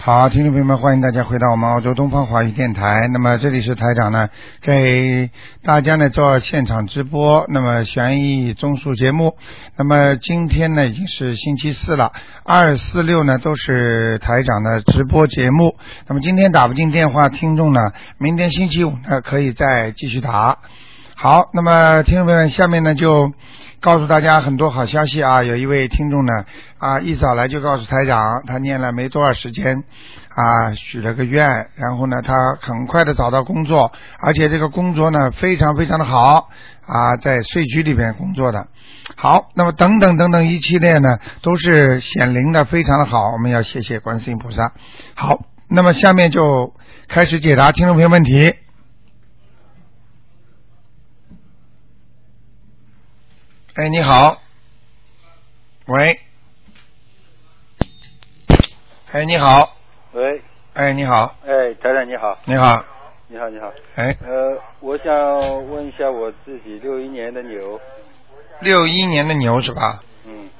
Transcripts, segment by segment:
好，听众朋友们，欢迎大家回到我们澳洲东方华语电台。那么这里是台长呢，给大家呢做现场直播，那么悬疑综述节目。那么今天呢已经是星期四了，二四六呢都是台长的直播节目。那么今天打不进电话，听众呢，明天星期五呢可以再继续打。好，那么听众朋友们，下面呢就告诉大家很多好消息啊！有一位听众呢啊，一早来就告诉台长，他念了没多少时间啊，许了个愿，然后呢，他很快的找到工作，而且这个工作呢非常非常的好啊，在税局里边工作的。好，那么等等等等一系列呢，都是显灵的，非常的好，我们要谢谢观世音菩萨。好，那么下面就开始解答听众朋友问题。哎，你好，喂，哎，你好，喂，哎，你好，哎，台长你好，你好，你好，你好。哎，呃，我想问一下我自己，六一年的牛，六一年的牛是吧？嗯，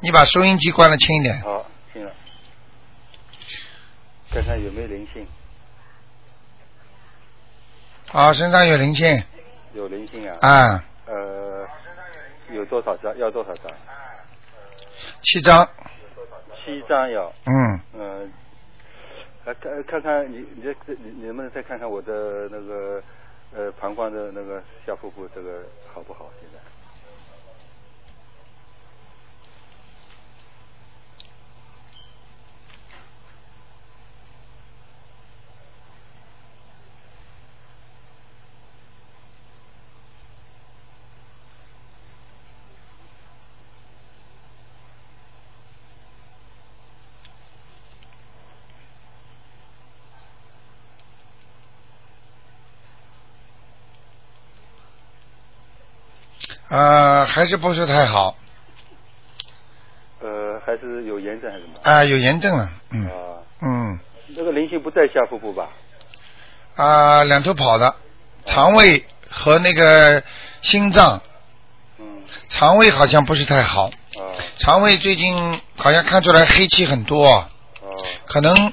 你把收音机关了轻一点。好，信了，看看有没有灵性，啊，身上有灵性有灵性啊。啊，呃，有多少张？要多少张？七张，七张要。嗯，嗯、呃，看看看你，你再你你能不能再看看我的那个呃膀胱的那个下腹部这个好不好？现在？呃，还是不是太好呃，还是有炎症还是什么？啊，有炎症了，嗯啊，嗯，那个灵性不在下腹部吧？啊，两头跑的，肠胃和那个心脏，嗯，肠胃好像不是太好，啊肠胃最近好像看出来黑气很多。啊，可能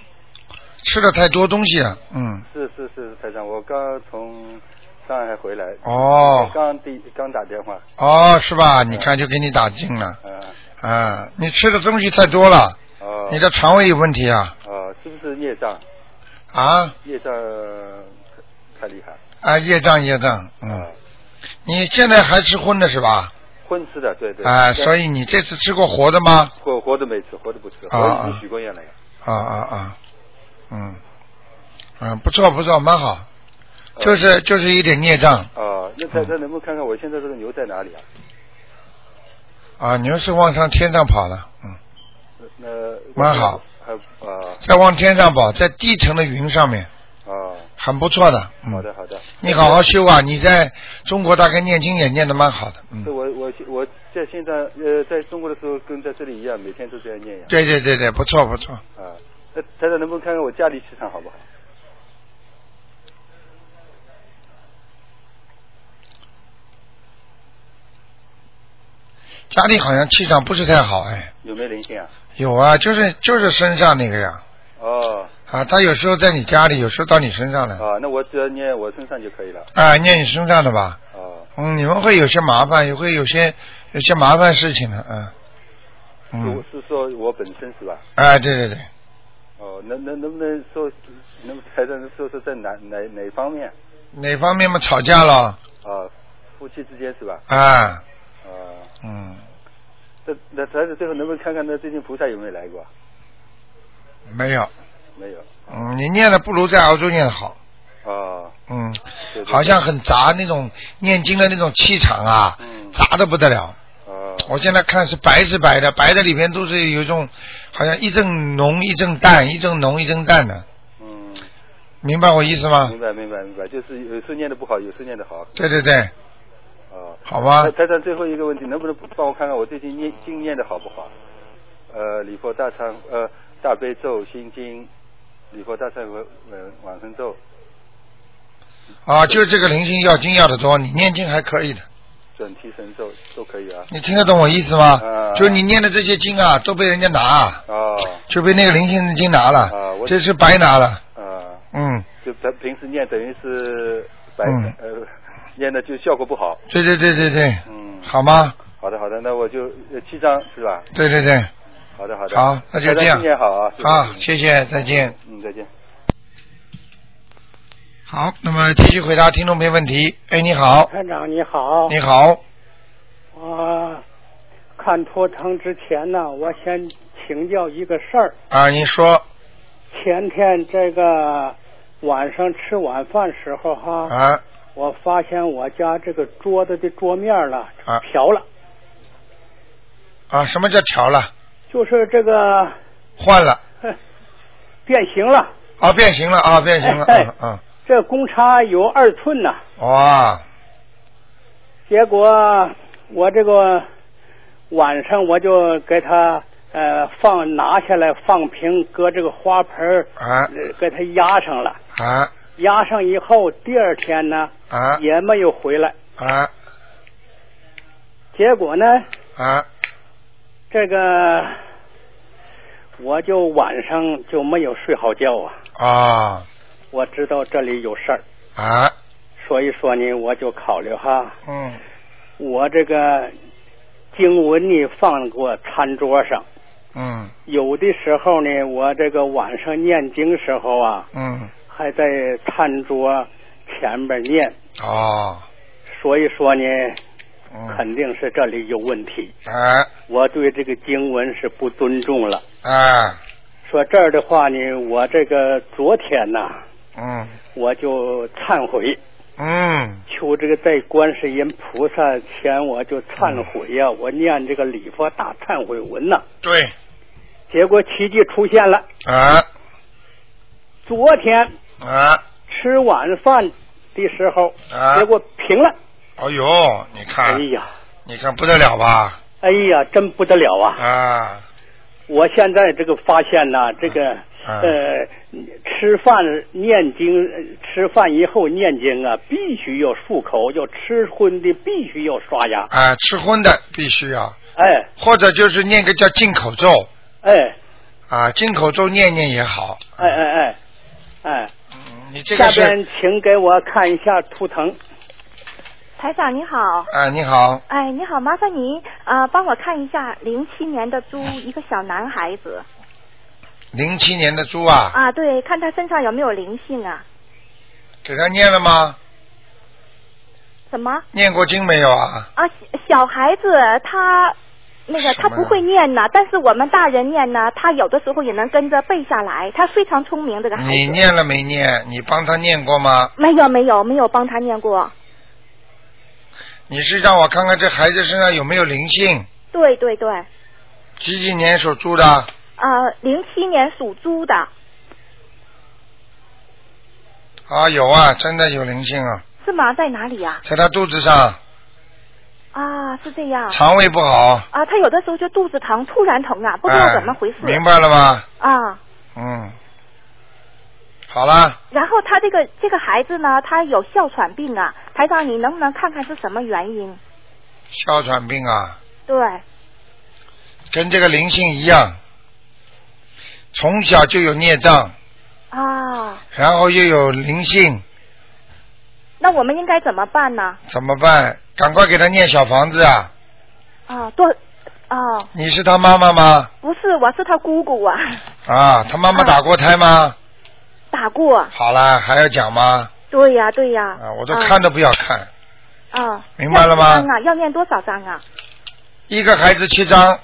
吃了太多东西了，嗯，是是是，台长，我刚从上海回来，哦刚第刚打电话，哦，是吧？你看就给你打进了嗯、啊，啊！你吃的东西太多了，哦、你的肠胃有问题啊啊，是不是孽障？啊孽障太厉害，啊！业障业障，啊嗯，，你现在还吃荤的是吧？荤吃的，对对，啊，但所以你这次吃过活的吗？活活的没吃，活的不吃，啊活已啊经许过愿了呀，啊啊啊，嗯嗯，不错不错，蛮好，啊就是就是一点孽障啊，那台长能不能看看我现在这个牛在哪里啊？啊，牛是往上天上跑了，嗯，那那蛮好，还啊在往天上跑，在低层的云上面，啊，很不错的，嗯好的好的。你好好修啊！你在中国大概念经也念得蛮好的，是嗯，我我我在现在呃在中国的时候跟在这里一样，每天都这样念呀。对对对对，不错不错。啊，那台长能不能看看我家里气场好不好？家里好像气场不是太好哎，有没有灵性啊？有啊，就是就是身上那个呀，哦，啊，他有时候在你家里，有时候到你身上来，啊，那我只要念我身上就可以了。啊，念你身上的吧，啊，嗯，你们会有些麻烦，也会有些有些麻烦事情的，嗯，嗯，是是说我本身是吧？哎，对对对，哦，能能能不能说，能台长能说说在哪哪哪方面？哪方面嘛吵架了啊，夫妻之间是吧？啊，啊，嗯，那那台长最后能不能看看那最近菩萨有没有来过啊？没有，没有。嗯，你念的不如在澳洲念的好，啊，嗯，对对对好像很杂那种念经的那种气场啊，嗯杂的不得了。啊我现在看是白是白的，白的里边都是有一种好像一阵浓一阵淡，一阵浓一阵淡的，嗯。明白我意思吗明？白明白明白，就是有时候念的不好，有时候念的好啊对对对，。哦好吧台，台长，最后一个问题，能不能帮我看看我最近念经念的好不好？呃，礼佛大忏呃大悲咒心经，礼佛大忏悔呃往生咒，啊，就这个灵性要经要的多，你念经还可以的，准提神咒都可以啊。你听得懂我意思吗？啊就是你念的这些经啊，都被人家拿，哦就被那个灵性的经拿了，啊，我这是白拿了，啊，嗯，就咱平时念等于是白、嗯呃念的就效果不好。对对对对对，嗯，好吗？好的好的，那我就呃七张是吧？对对啊对，好的好的。好那就台长这样新年好啊！谢谢好，谢谢，再见。嗯，再见。好，那么继续回答听众朋友问题。哎，你好，团长啊你好，你好，我看图腾之前呢，我先请教一个事儿。啊，您说前天这个晚上吃晚饭时候哈，啊，我发现我家这个桌子的桌面了啊瓢了，啊，什么叫调了？就是这个换了，呵变形了。啊，变形了啊，变形了，哎嗯嗯，这公差有二寸呐、哇，结果我这个晚上我就给它呃放拿下来放平，搁这个花盆儿啊呃给它压上了。啊压上以后，第二天呢啊也没有回来。啊结果呢，啊这个我就晚上就没有睡好觉啊。啊我知道这里有事儿，啊，所以说呢，我就考虑哈，嗯，我这个经文呢放过餐桌上。嗯有的时候呢，我这个晚上念经时候啊，嗯，还在餐桌前面念，哦，所以说呢，嗯，肯定是这里有问题。啊我对这个经文是不尊重了。啊，说这儿的话呢，我这个昨天呐，嗯我就忏悔，嗯求这个在观世音菩萨前我就忏悔呀、我念这个礼佛大忏悔文呐、对，结果奇迹出现了。啊昨天啊，吃晚饭的时候，啊结果平了。哎呦，你看哎呀，你看不得了吧？哎呀，真不得了啊！啊我现在这个发现呐，这个、啊呃，吃饭念经，呃吃饭以后念经啊，必须要漱口，要吃荤的必须要刷牙。啊，吃荤的必须要，哎或者就是念个叫进口咒哎啊，进口咒念念也好。哎哎哎哎，嗯，你这下个是边请给我看一下图腾。台长你好，啊，你好，哎，你好，麻烦您啊、呃帮我看一下零七年的 猪，一个小男孩子零七年的猪啊，啊，对，看他身上有没有灵性啊？给他念了吗？什么念过经没有啊？啊？小小孩子他那个什他么不会念呐，但是我们大人念呢，他有的时候也能跟着背下来，他非常聪明这个孩你子。念了没念？你帮他念过吗？没有没有没有帮他念过，你是让我看看这孩子身上有没有灵性？对对对，几几年属猪的？呃，零七年属猪的啊，有啊，真的有灵性啊，是吗？在哪里呀、在他肚子上，啊？是这样肠胃不好，啊，他有的时候就肚子疼，突然疼啊，不知道哎怎么回事。明白了吗？啊。嗯，好了，然后他这个这个孩子呢，他有哮喘病啊，台长，你能不能看看是什么原因？哮喘病啊，对，跟这个灵性一样，从小就有孽障，啊，然后又有灵性，那我们应该怎么办呢？怎么办？赶快给他念小房子啊！啊，多，哦，你是他妈妈吗？不是，我是他姑姑啊， 啊，他妈妈打过胎吗？打过，好啦，还要讲吗？对呀、对呀、啊，我都看都不要看，啊，明白了吗要几张啊，要念多少张啊？一个孩子七张，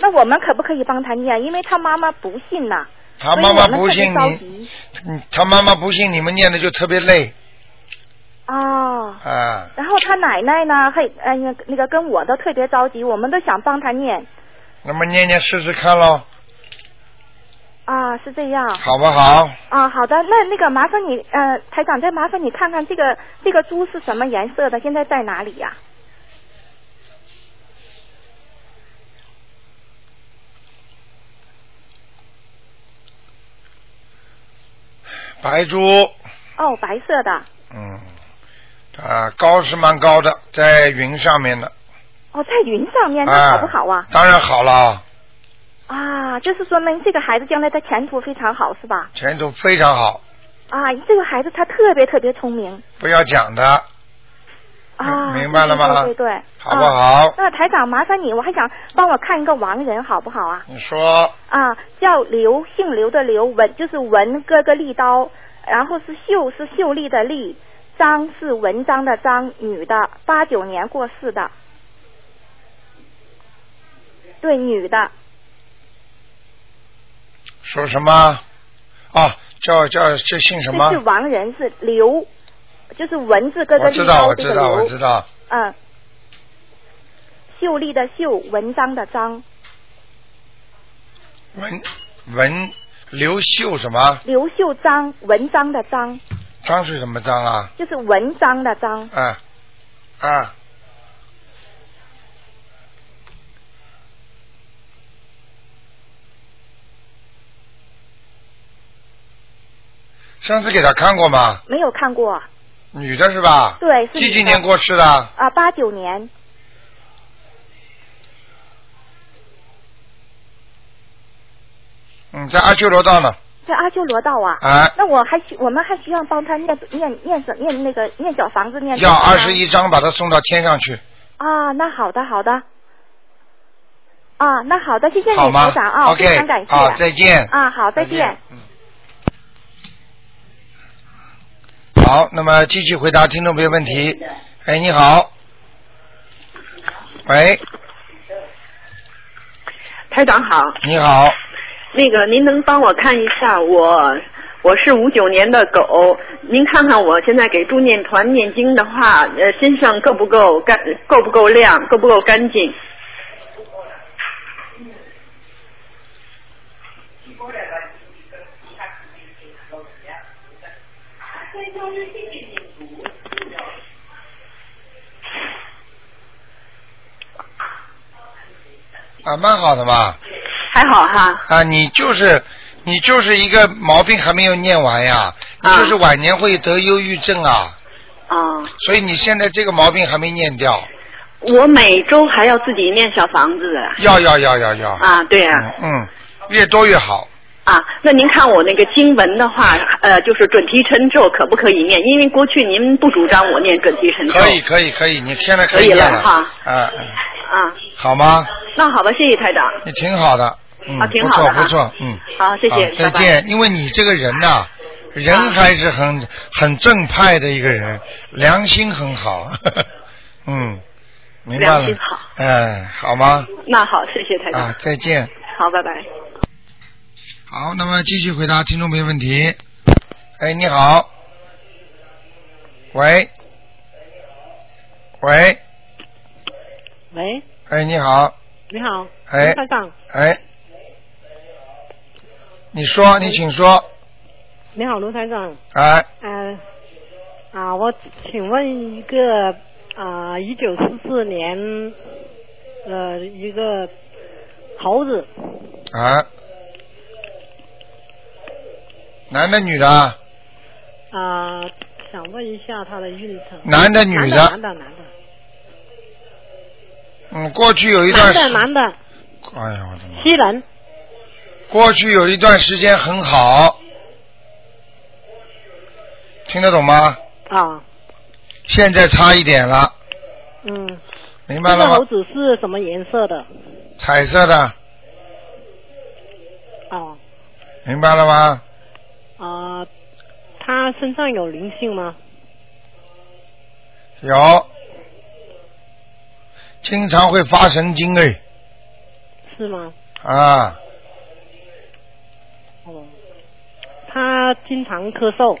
那我们可不可以帮他念？因为他妈妈不信呐、他妈妈所以不我们特别信着你，急嗯他妈妈不信你们念的就特别累啊。啊。然后他奶奶呢，还哎呀，那个跟我都特别着急，我们都想帮他念那么念念试试看喽，啊，是这样。好不好？啊，好的，那那个麻烦你，呃，台长再麻烦你看看这个这个猪是什么颜色的，现在在哪里呀、白猪，哦，白色的，嗯，啊，高是蛮高的，在云上面的，哦，在云上面，那啊，好不好啊？当然好了，啊，就是说明这个孩子将来他前途非常好，是吧？前途非常好，啊，这个孩子他特别特别聪明不要讲的，啊，明白了吗对对对对，好不好啊那台长，麻烦你，我还想帮我看一个亡人，好不好啊？你说啊，叫刘，姓刘的刘，文就是文哥哥利刀，然后是秀是秀丽的丽，张是文章的张，女的，八九年过世的，对，女的，属什么？啊，叫叫这姓什这是么？亡人是刘，就是文字哥哥我利知道，刀我这知个道，我刘，知道。嗯，秀丽的秀，文章的章，文文刘秀什么？刘秀章，文章的章，张是什么张啊？就是文章的章，啊啊！上次给他看过吗？没有看过，啊女的是吧？对，是几女几的年过世的？啊，八九年。嗯，在阿修罗道呢。在阿修罗道啊。哎那我还需我们还需要帮他念念念什念那个念小房子念多要少张二十一张把他送到天上去，啊，那好的好的。啊，那好的，谢谢好你吗台长啊， ？OK，非常感谢。啊，再见。啊好再见。嗯。好，那么继续回答听众朋友问题。哎，你好。喂，台长好，你好，那个您能帮我看一下我，我是五九年的狗，您看看我现在给助念团念经的话，呃，身上够不够干，够不够亮，够不够干净？啊，蛮好的嘛。还好哈，啊，你就是你就是一个毛病还没有念完呀，你啊就是晚年会得忧郁症啊，啊、所以你现在这个毛病还没念掉。我每周还要自己念小房子要要要要要。啊，对呀、嗯嗯，越多越好。啊，那您看我那个经文的话，呃，就是准提神咒可不可以念？因为过去您不主张我念准提神咒，可以可以可以，你现在可以可以了念了哈啊，嗯啊，好吗？那好吧，谢谢台长。你挺好的，嗯，啊挺好的不错哈不错，嗯，好谢谢再拜拜见。因为你这个人呐、人还是很很正派的一个人，良心很好， 嗯，明白良了心好，哎，好吗？那好，谢谢台长。啊，再见。好，拜拜。好，那么继续回答听众朋友问题。哎，你好，喂，喂，喂，哎，你好，你好，哎台长，哎，你说，你请说，你好，卢台长，哎，呃，啊，我请问一个啊，一九四四年呃一个猴子，啊，男的女的啊，啊、想问一下他的运程，男的女的男的男的嗯，过去有一男段的时，男的哎呀，我的妈，西人过去有一段时间很好，听得懂吗？啊，现在差一点了，嗯，明白这了个猴吗？子是什么颜色的？彩色的，哦明白了吗？啊，他身上有灵性吗？有，经常会发神经哎，是吗？啊，哦，他经常咳嗽。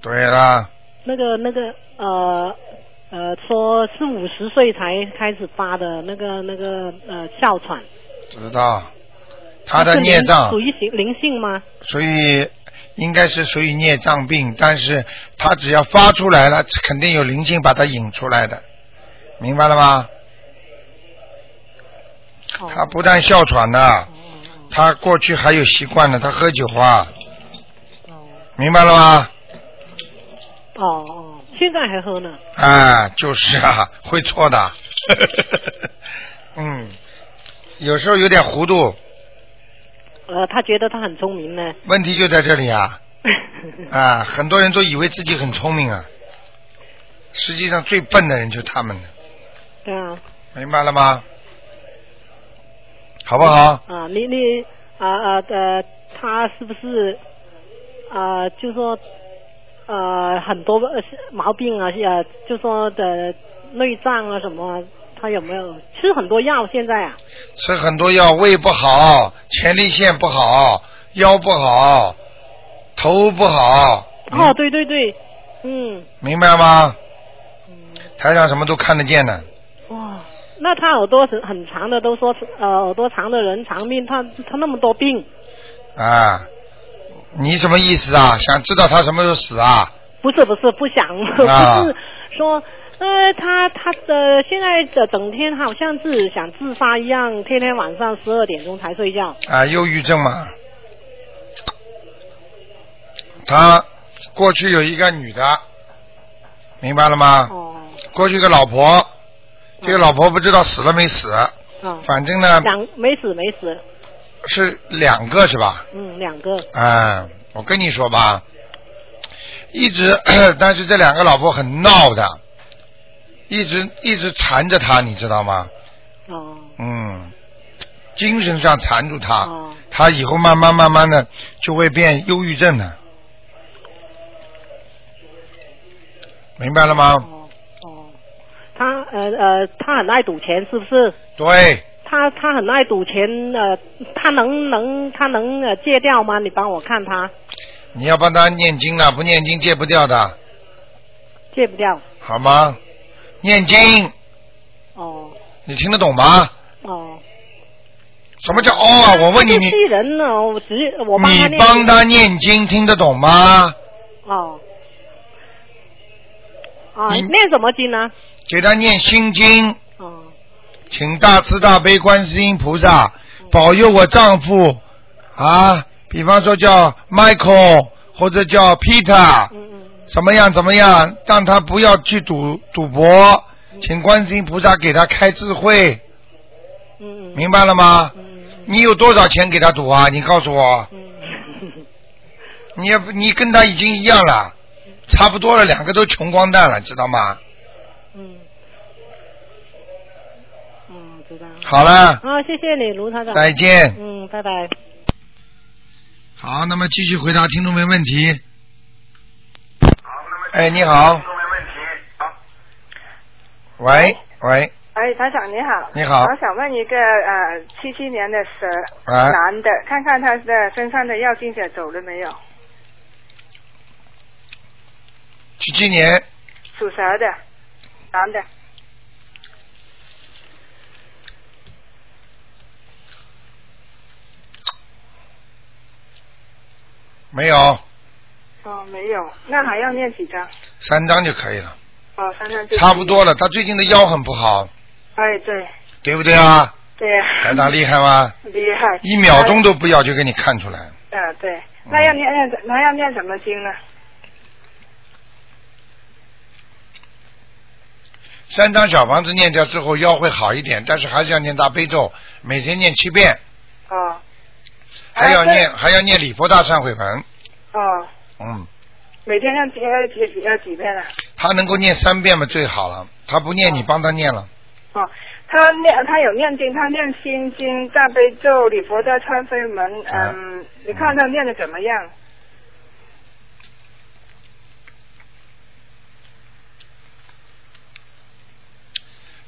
对了，那个那个呃呃，说是五十岁才开始发的那个那个呃哮喘，知道，他的是孽灵障属，于灵灵性吗？所以应该是属于孽障病，但是他只要发出来了，肯定有灵性把他引出来的，明白了吗？哦他不但哮喘呢，他过去还有习惯呢，他喝酒啊，哦明白了吗？哦哦，现在还喝呢。啊，就是啊， 会错的，嗯，有时候有点糊涂，呃，他觉得他很聪明呢。 问题就在这里啊！啊，很多人都以为自己很聪明啊，实际上最笨的人就是他们了，对啊，明白了吗？好不好？啊，你你啊啊呃，他是不是啊、就说啊、很多呃毛病啊，呃，就说的内脏啊什么，他有没有吃很多药现在啊？吃很多药，胃不好，前列腺不好，腰不好，头不好，哦，对对对，嗯，明白吗？台上什么都看得见的，哇，那他耳朵很很长的都说呃耳朵长的人长命，他他那么多病，啊，你什么意思啊？想知道他什么时候死啊？不是不是不想，啊不是说。呃，他他的现在的整天好像是想自杀一样，天天晚上十二点钟才睡觉。啊，忧郁症嘛。他过去有一个女的，明白了吗？哦，过去一个老婆，这个老婆不知道死了没死，啊，反正呢两没死没死，是两个是吧？嗯，两个，啊，我跟你说吧，一直， 但是这两个老婆很闹的，一直一直缠着他，你知道吗？哦嗯，精神上缠住他，哦他以后慢慢慢慢的就会变忧郁症的，明白了吗？哦哦，他呃呃，他很爱赌钱，是不是？对，他他很爱赌钱，呃，他能能他能呃戒掉吗？你帮我看他你要帮他念经的，不念经戒不掉的，戒不掉。好吗？念经，哦你听得懂吗？哦，什么叫哦啊？我问你，他你这些人呢，我只我帮他你念帮他念经听得懂吗？哦。啊，你念什么经呢？给他念心经，哦请大慈大悲观世音菩萨保佑我丈夫啊，比方说叫 Michael 或者叫 Peter，嗯嗯怎么样怎么样，让他不要去赌赌博，请观世音菩萨给他开智慧，嗯嗯明白了吗？嗯你有多少钱给他赌啊？你告诉我，嗯，你也不你跟他已经一样了，差不多了，两个都穷光蛋了，知道吗？嗯嗯，知道。好了，啊，谢谢你，卢台长。再见。嗯，拜拜。好，那么继续回答听众没问题。哎，你好。喂喂，哎，台长你好。你好我想问一个呃，七七年的蛇、啊男的，看看他的身上的药精者走了没有？七七年属蛇的，男的，没有哦，没有，那还要念几张？三张就可以了，哦，三张就差不。多了。他最近的腰很不好，哎，对，对不对啊？对哎呀、台长厉害吗？厉害，一秒钟都不要就给你看出来。啊、对，那要念念，那要念什么经呢？三张小房子念掉之后腰会好一点，但是还是要念大悲咒，每天念七遍，哦，还要哎对念还要念礼佛大忏悔文。哦，嗯，每天要几要几要几遍啊？他能够念三遍嘛最好了，他不念嗯你帮他念了。哦，他念他有念经，他念心经、大悲咒、礼佛大忏悔文，啊嗯，你看他念的怎么样？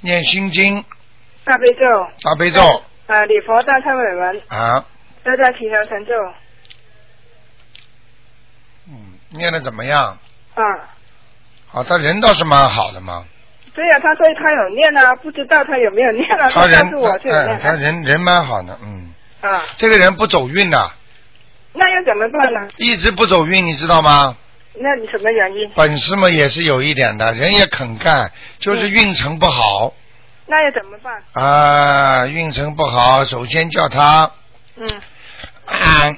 念心经、大悲咒，大悲咒呃，礼佛大忏悔文，啊，大家祈求神咒，嗯，念的怎么样？啊，啊，他人倒是蛮好的嘛，对呀、他对他有念啊，不知道他有没有念啊，他人但是我是有哎，念他的，人人蛮好的，嗯，啊，这个人不走运呐、那又怎么办呢？一直不走运，你知道吗？那你什么原因？本事嘛也是有一点的，人也肯干，嗯就是运程不好那又怎么办？啊，运程不好，首先叫他、嗯，啊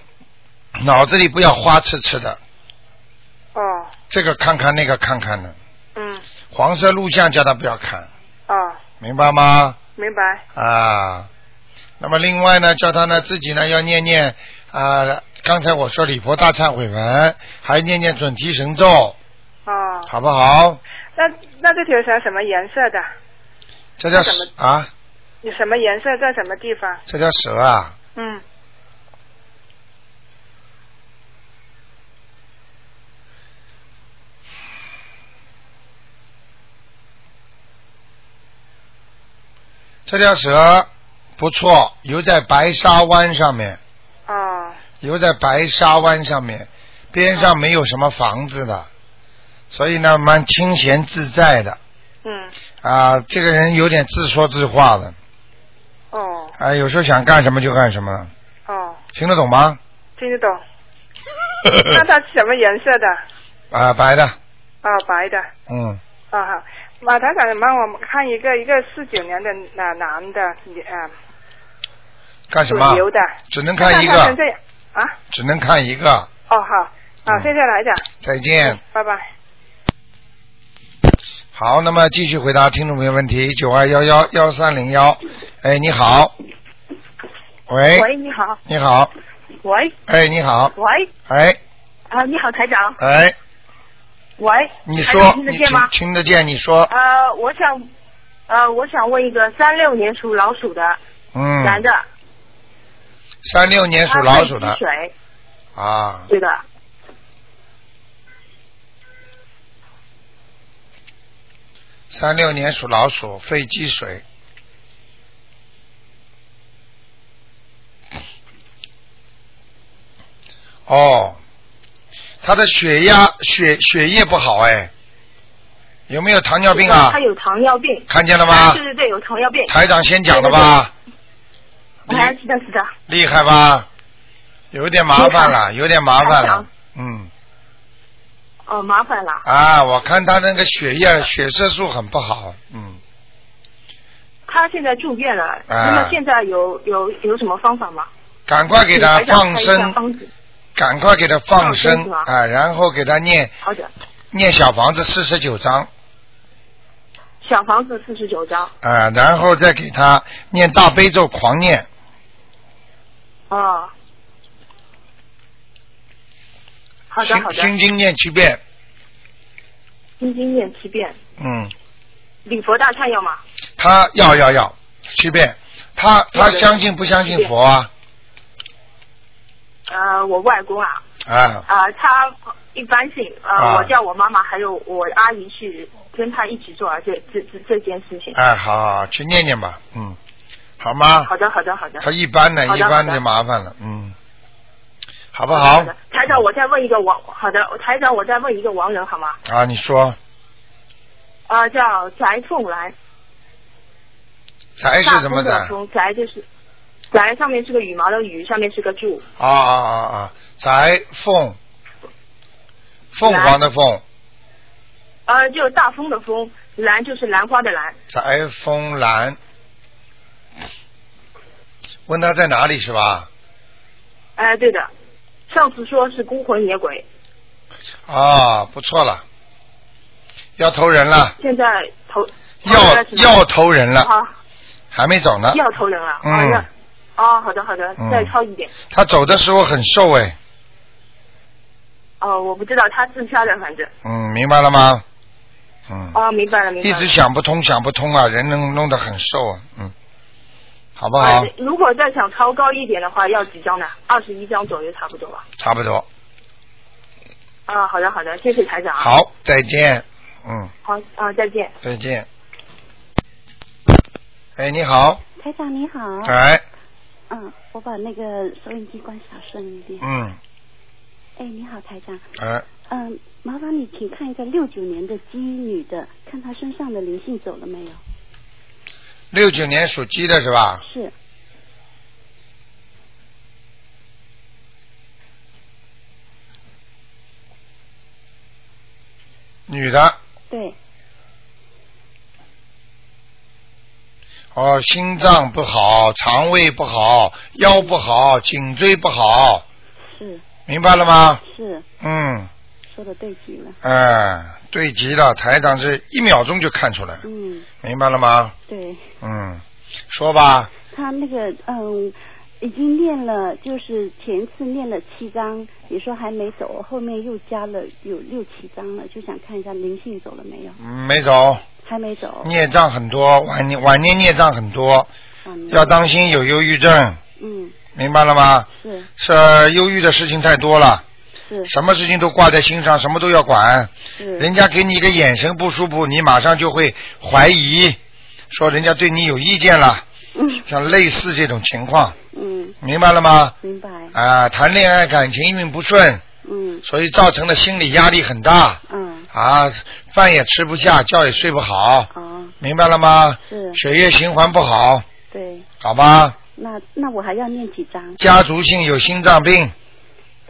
脑子里不要花痴痴的，哦，这个看看那个看看的，嗯，黄色录像叫他不要看，哦，明白吗？明白，啊，那么另外呢，叫他呢自己呢要念念啊、刚才我说礼佛大忏悔文，还念念准提神咒，哦，好不好？那那这条蛇什么颜色的？这叫这怎蛇啊，你什么颜色，在什么地方？这叫蛇啊，嗯，这条蛇不错，游在白沙湾上面，哦，游在白沙湾上面，边上没有什么房子的，所以呢蛮清闲自在的嗯，啊。这个人有点自说自话的哦，啊，有时候想干什么就干什么了，哦，听得懂吗？听 得懂。那它什么颜色的？啊，白的，哦，白的。嗯，啊好，马台长，帮我们看一个一个四九年的男男的，你啊，干什属么？牛的。只能看一那他成个，这样啊？只能看一个。哦好，嗯好，谢谢台长，再嗯见。拜拜。好，那么继续回答听众朋友问题，九二幺幺幺三零幺。哎，你好。喂。喂，你好，你好。喂哎，你好。喂，哎啊，你好，台长，哎，喂，你台说，长听得你见吗听？听得见？你说，呃，我想，呃，我想问一个三六年属老鼠的嗯，男的，啊三六年属他老会鼠吸的水，啊，对的，三六年属老鼠，肺积水。哦，他的血压血血液不好哎，有没有糖尿病啊他？有糖尿病，看见了吗啊对？对对，有糖尿病，台长先讲的吧，哎，是的，是的，厉害吧？有点麻烦了，有点麻烦了，嗯。哦，麻烦了，啊，我看他那个血液血色素很不好，嗯，他现在住院了，啊那么现在有有有什么方法吗？赶快给他请台长放看一下生，方子赶快给他放放生生是吧啊，然后给他念好的，念小房子四十九章小房子四十九张，啊，然后再给他念大悲咒狂念，哦，好的好心的，心经念七遍，心经念七遍，嗯，礼佛大忏要吗？他要要要七遍，他他要的相信不相七信遍佛啊？呃，我外公啊，啊，啊、他一般性，呃，啊我叫我妈妈还有我阿姨去跟他一起做啊，这这这这件事情。哎，好好好去念念吧，嗯，好吗？好的，好的，好的。他一般呢，好的一般好的就麻烦了，嗯，好不不好？台长，我再问一个王，好的，台长，我再问一个王人好吗？啊，你说。啊、叫翟凤兰，宅哎是大什风么的宅？风，翟就是翟上面是个羽毛的羽，下面是个柱，啊啊啊啊！宅凤，凤凰的凤，呃，就大风的风，兰就是兰花的兰，宅风兰。问他在哪里是吧？哎、对的，上次说是孤魂野鬼，啊，不错了，要投人了，现在投要要投人了，好。还没走呢。啊要投人了，嗯哦，要哦，好的好的嗯，再超一点。他走的时候很瘦哎，哦，我不知道他自杀的，反正嗯，明白了吗？嗯，哦，明白了明白一了。直想不通，想不通啊，人能弄得很瘦啊，嗯，好不好啊？如果再想超高一点的话，要几张呢？二十一张左右差不多吧。差不多，啊，好的好的，谢谢台长啊。好，再见，嗯。好，啊，再见。再见。哎，你好，台长你好，哎，嗯，我把那个收音机关小声一点。嗯，哎，你好，台长，哎，嗯，麻烦你请看一个六九年的鸡女的，看她身上的灵性走了没有？六九年属鸡的是吧？是，女的，对，哦，心脏不好，肠胃不好，腰不好，颈椎不好，是明白了吗？是，嗯，说的对极了。哎、对极了，台长是一秒钟就看出来了，嗯，明白了吗？对，嗯，说吧，他那个嗯，已经练了，就是前次练了七张，你说还没走，后面又加了有六七张了，就想看一下灵性走了没有？嗯没走，还没走。孽障很多，晚年晚年孽障很多，要当心有忧郁症，嗯，明白了吗？是是忧郁的事情太多了，是什么事情都挂在心上，什么都要管。是。人家给你一个眼神不舒服，你马上就会怀疑，说人家对你有意见了，嗯像类似这种情况，嗯，明白了吗？明白。啊，谈恋爱感情运不顺，嗯所以造成的心理压力很大，嗯啊，饭也吃不下，觉也睡不好，哦，明白了吗？是血液循环不好，对。好吧？那那我还要念几张？家族性有心脏病，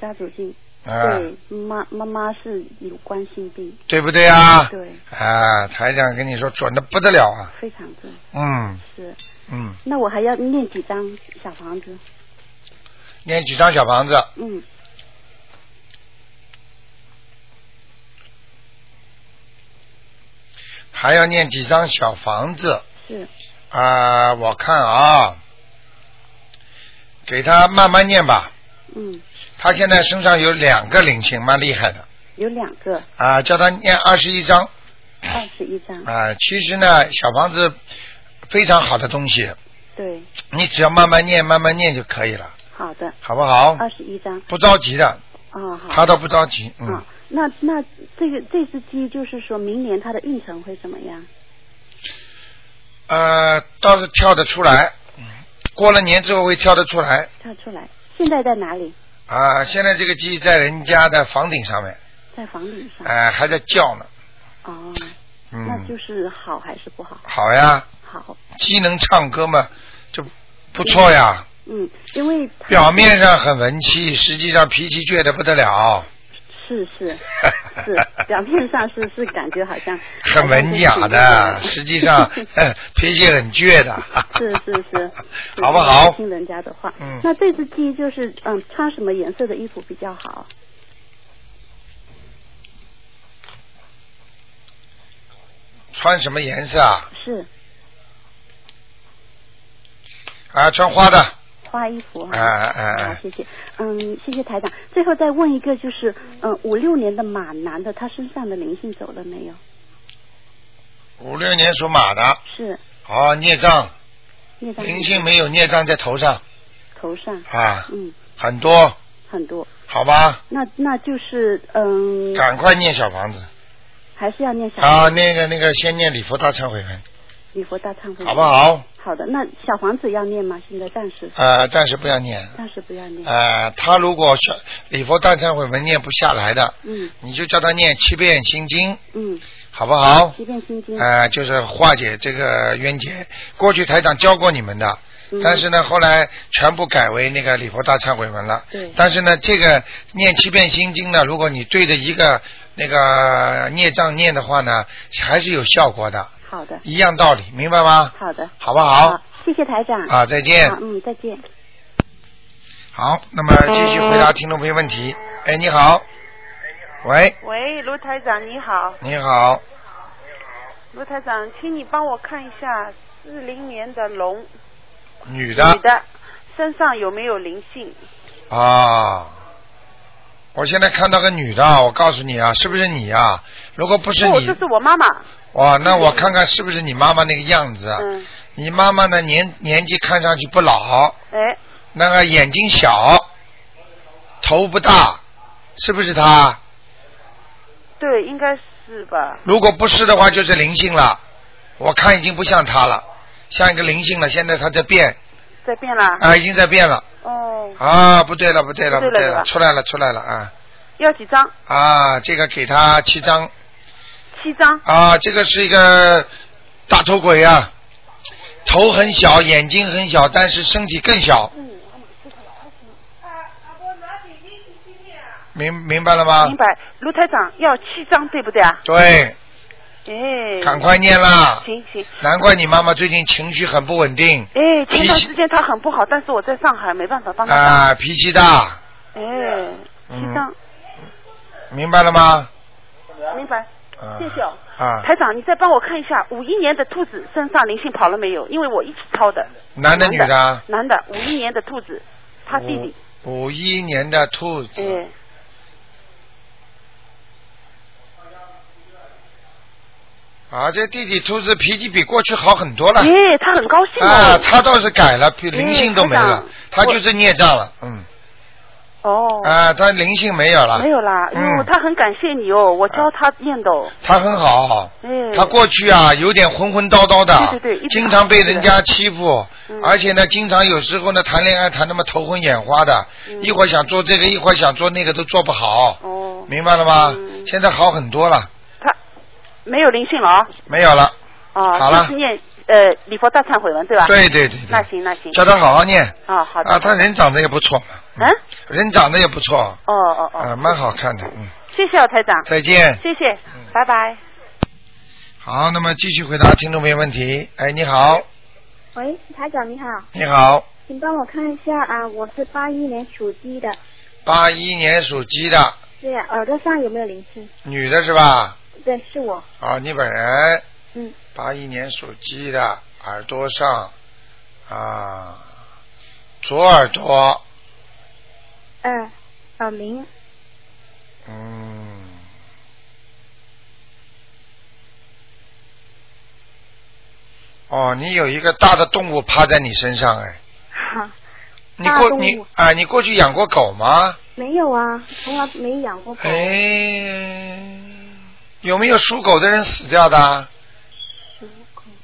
家族性。啊，对，妈妈妈是有冠心病。对不对啊？对，啊，台长跟你说准的不得了啊，非常准。嗯是，嗯，那我还要念几张小房子？念几张小房子，嗯，还要念几张小房子是，啊、我看啊，给他慢慢念吧。嗯，他现在身上有两个灵性，蛮厉害的有两个，啊、叫他念二十一章二十一张。啊、其实呢，小房子非常好的东西，对，你只要慢慢念，慢慢念就可以了，好的，好不好？二十一张。不着急的，哦，好。他倒不着急，嗯。啊，那那这个这只鸡就是说明年它的运程会怎么样？呃，倒是跳得出来，嗯过了年之后会跳得出来跳出来，现在在哪里？啊、现在这个鸡在人家的房顶上面，在房顶上。哎、还在叫呢。哦，那嗯，就是好还是不好？好呀，好，鸡能唱歌嘛，就不错呀。嗯，因为它表面上很文气，实际上脾气倔得不得了，是是是，表面上是是感觉好像很文雅哎的，实际上 哼脾气很倔的，是是 是，是好不好听人家的话。嗯那这只鸡就是嗯，穿什么颜色的衣服比较好？穿什么颜色啊？是啊，穿花的，花衣服啊哎哈。哎哎好哎，谢谢，嗯，谢谢台长。最后再问一个，就是，嗯，五六年的马男的，他身上的灵性走了没有？五六年属马的，是哦，孽障，孽障灵性没有孽障在头上头上，啊，嗯，很多，很多。好吧，那那就是，嗯，赶快念小房子还是要念小啊，房子那个那个先念礼佛大忏悔文，礼佛大忏悔，好不？好？好的，那小房子要念吗？现在暂时呃，暂时不要念，暂时不要念。呃，他如果小礼佛大忏悔文念不下来的，嗯你就叫他念七遍心经，嗯，好不好？七遍心经。呃，就是化解这个冤结。过去台长教过你们的，嗯但是呢，后来全部改为那个礼佛大忏悔文了。对但是呢，这个念七遍心经呢，如果你对着一个那个孽障念的话呢，还是有效果的，好的，一样道理，明白吗？好的，好不好？，谢谢台长。啊，再见好。，嗯，再见。好，那么继续回答听众朋友问题。哎，你好。喂，喂，卢台长你好，你好，卢台长，请你帮我看一下四零年的龙女女的。身上有没有灵性？啊，我现在看到个女的，我告诉你啊，是不是你啊？如果不是不，你哦这，是我妈妈。哇，那我看看是不是你妈妈那个样子。啊嗯，你妈妈呢，年年纪看上去不老，哎，那个眼睛小，头不大，是不是她？对，应该是吧？如果不是的话，就是灵性了。我看已经不像她了，像一个灵性了。现在她在变，在变啦。啊，已经在变了。哦，啊，不对了，不对了，不对了对对吧出来了，出来了啊要几张？啊！这个给她七张。七张。啊，这个是一个大头鬼啊，头很小，眼睛很小，但是身体更小，明明白了吗明？白，卢台长要七张，对不对啊？对，哎，赶快念啦！行行，难怪你妈妈最近情绪很不稳定哎，脾前段气时间她很不好，但是我在上海没办法帮她。啊、脾气大，哎，七嗯张，明白了吗？明白？啊、谢谢哦。啊台长，你再帮我看一下五一年的兔子身上灵性跑了没有？因为我一起抄的。男的女的啊？男的，五一年的兔子，他弟弟。五一年的兔子，哎，啊，这弟弟兔子脾气比过去好很多了。哎，他很高兴哦啊，啊。他倒是改了，比灵性都没了哎，他台长就是孽障了，嗯，哦。啊，他灵性没有了，没有啦，哟、嗯他很感谢你哦，我教他念的哦。他很好，啊哎。他过去啊有点混混叨叨的，对对对一直经常被人家欺负，嗯而且呢，经常有时候呢谈恋爱谈那么头昏眼花的，嗯一会儿想做这个，一会儿想做那个，都做不好，哦，明白了吗？现在好很多了，没有灵性了啊、没有了，哦。好了就是念呃礼佛大忏悔文对吧？对对对对那行那行。叫他好好念啊、好的。啊，他人长得也不错嘛，嗯。人长得也不错，哦哦哦，啊，蛮好看的，嗯。谢谢啊，台长。再见谢谢，拜拜。好，那么继续回答听众朋友问题。哎，你好，喂，台长你好，你好，请帮我看一下啊，我是八一年属鸡的，八一年属鸡的对呀、耳朵上有没有灵性？女的是吧？对，是我，啊，你本人，嗯，八一年属鸡的，耳朵上啊，左耳朵，嗯、呃耳鸣，嗯，哦，你有一个大的动物趴在你身上，哎，哈， 你大过动你物啊，你过去养过狗吗？没有啊，从来没养过狗，哎，有没有属狗的人死掉的啊？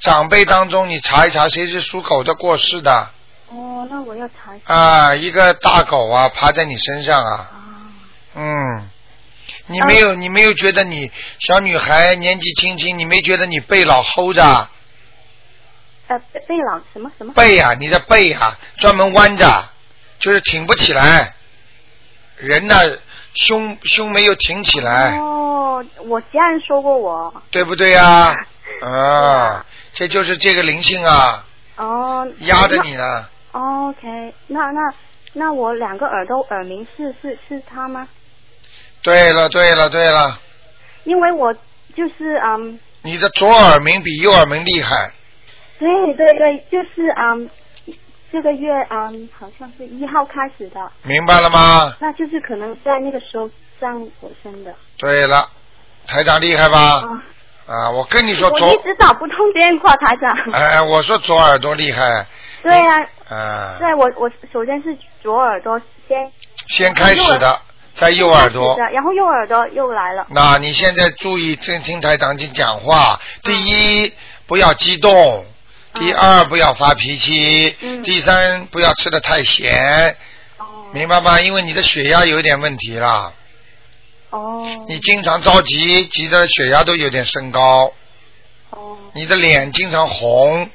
长辈当中，你查一查谁是属狗的过世的哦，那我要查一下，啊？一个大狗啊，趴在你身上啊。嗯，你没有，你没有觉得你小女孩年纪轻轻，你没觉得你背老齁着啊呃，贝贝老什么什么背啊，你的背啊，专门弯着，就是挺不起来。人呢，胸胸没有挺起来。哦，我家人说过我，对不对呀、啊？啊，这就是这个灵性啊，哦，压着你呢。那、哦、，OK，那那那我两个耳朵耳鸣是是是他吗？对了，对了，对了，因为我就是嗯。你的左耳鸣比右耳鸣厉害。对对对，就是嗯，这个月嗯，好像是一号开始的。明白了吗？那就是可能在那个时候上火生的。对了，台长厉害吧？啊啊，我跟你说我一左，直打不通电话，台长。哎，我说左耳朵厉害， 对呀、啊，对我我首先是左耳朵先先开始右的，在右耳朵嗯开。始的然后右耳朵又来了。那你现在注意听听台长经讲话，嗯第一不要激动，第二不要发脾气，嗯第三不要吃的太咸，明白吗？因为你的血压有点问题啦，哦你经常着急，急得血压都有点升高，哦你的脸经常红，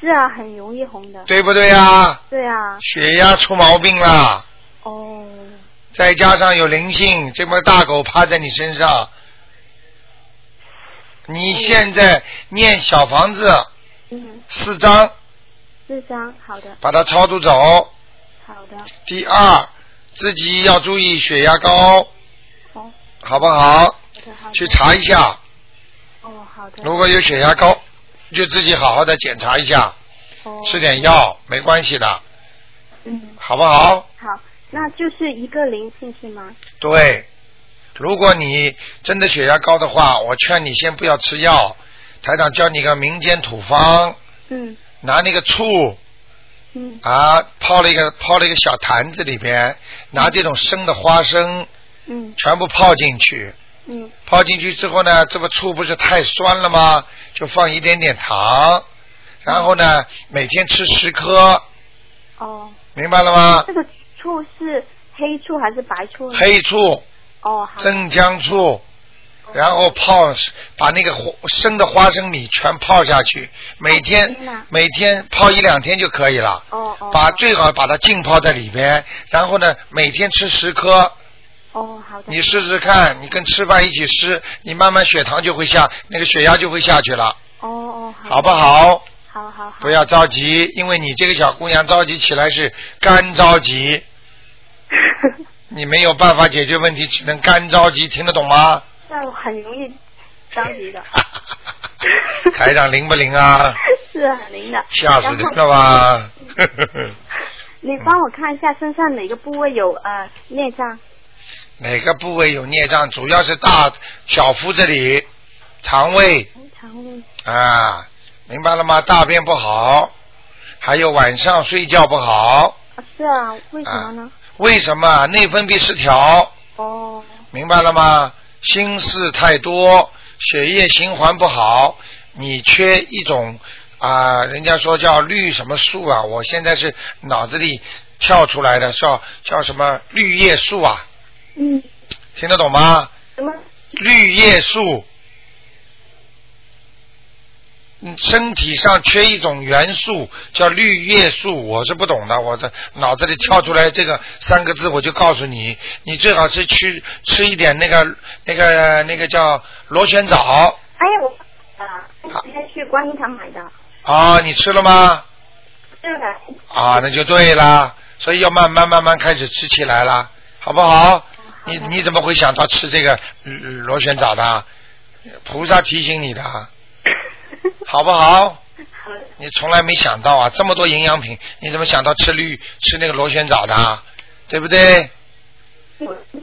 是啊，很容易红的。对不对啊？对啊，血压出毛病啦，哦，再加上有灵性，这么大狗趴在你身上，你现在念小房子。嗯，四张，四张，好的，把它超度走。好的，第二，自己要注意血压高，哦，好不好？好的，好的。去查一下，哦，好的。如果有血压高，就自己好好的检查一下，哦吃点药，没关系的，嗯，好不好？好，那就是一个灵性是吗？对，如果你真的血压高的话，我劝你先不要吃药，台长教你个民间土方，嗯拿那个醋嗯啊泡了一个泡了一个小坛子里边，拿这种生的花生嗯全部泡进去，嗯泡进去之后呢，这个醋不是太酸了吗？就放一点点糖，然后呢，每天吃十颗，哦。明白了吗这？个醋是黑醋还是白醋呢？黑醋、哦，好的哦镇江醋，然后泡把那个花生的花生米全泡下去，每天哦天哪每天泡一两天就可以了。哦哦把最好把它浸泡在里边，然后呢，每天吃十颗，哦，好的你试试看，你跟吃饭一起吃，你慢慢血糖就会下，那个血压就会下去了，哦哦好的好不好？好好好不要着急，因为你这个小姑娘着急起来是干着 急，你没有办法解决问题，只能干着急，听得懂吗？那我很容易着急 的。台长灵不灵啊？是很灵的。吓死人了啊然后嗯吧？你帮我看一下身上哪个部位有呃孽障？哪个部位有孽障？主要是大小腹这里，肠胃肠胃。啊，明白了吗？大便不好，还有晚上睡觉不好，啊是啊，为什么呢？为什么？内分泌失调，哦，明白了吗？心事太多，血液循环不好，你缺一种啊、人家说叫绿什么素啊，我现在是脑子里跳出来的，叫叫什么绿叶素啊？嗯，听得懂吗？什么？哎绿叶素。嗯，身体上缺一种元素叫绿叶素，我是不懂的，我的脑子里跳出来这个三个字，我就告诉你，你最好是去吃一点那个那个那个叫螺旋藻哎呀，我啊，今天去观音堂买的，啊，你吃了吗？这个啊，那就对啦，所以要慢慢慢慢开始吃起来啦，好不好？你你怎么会想到吃这个呃螺旋藻的？菩萨提醒你的啊，好不好？你从来没想到啊，这么多营养品，你怎么想到吃绿吃那个螺旋藻的啊？对不对？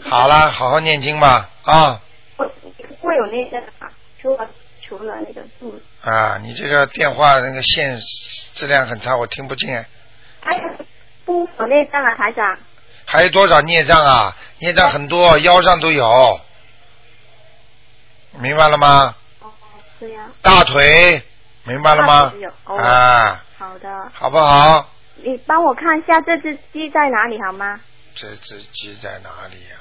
好啦，好好念经吧啊会有那些啊，除了除了那个肚子，啊！你这个电话那个线质量很差，我听不见。哎呀，不有内脏啊，台长，还有多少孽障啊？孽障很多，腰上都有，明白了吗？这样。大腿，明白了大吗腿有？哦啊，好的，好不好？你帮我看一下这只鸡在哪里好吗？这只鸡在哪里呀、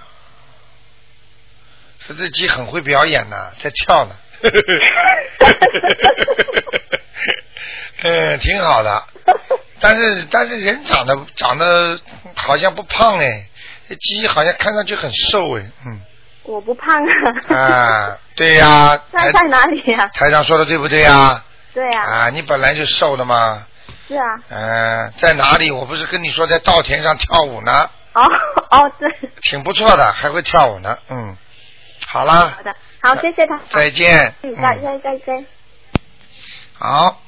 这只鸡很会表演呐、在跳呢。 嗯，挺好的，但是但是人长得长得好像不胖哎，这鸡好像看上去很瘦哎，嗯。我不胖啊。啊，对呀、在台在哪里呀、台上说的对不对呀、啊？对呀、你本来就瘦的嘛，是啊。嗯、在哪里？我不是跟你说在稻田上跳舞呢，哦 哦，对，挺不错的，还会跳舞呢，嗯，好啦哦好，的，好，谢谢他。再见嗯，嗯再再再见。好。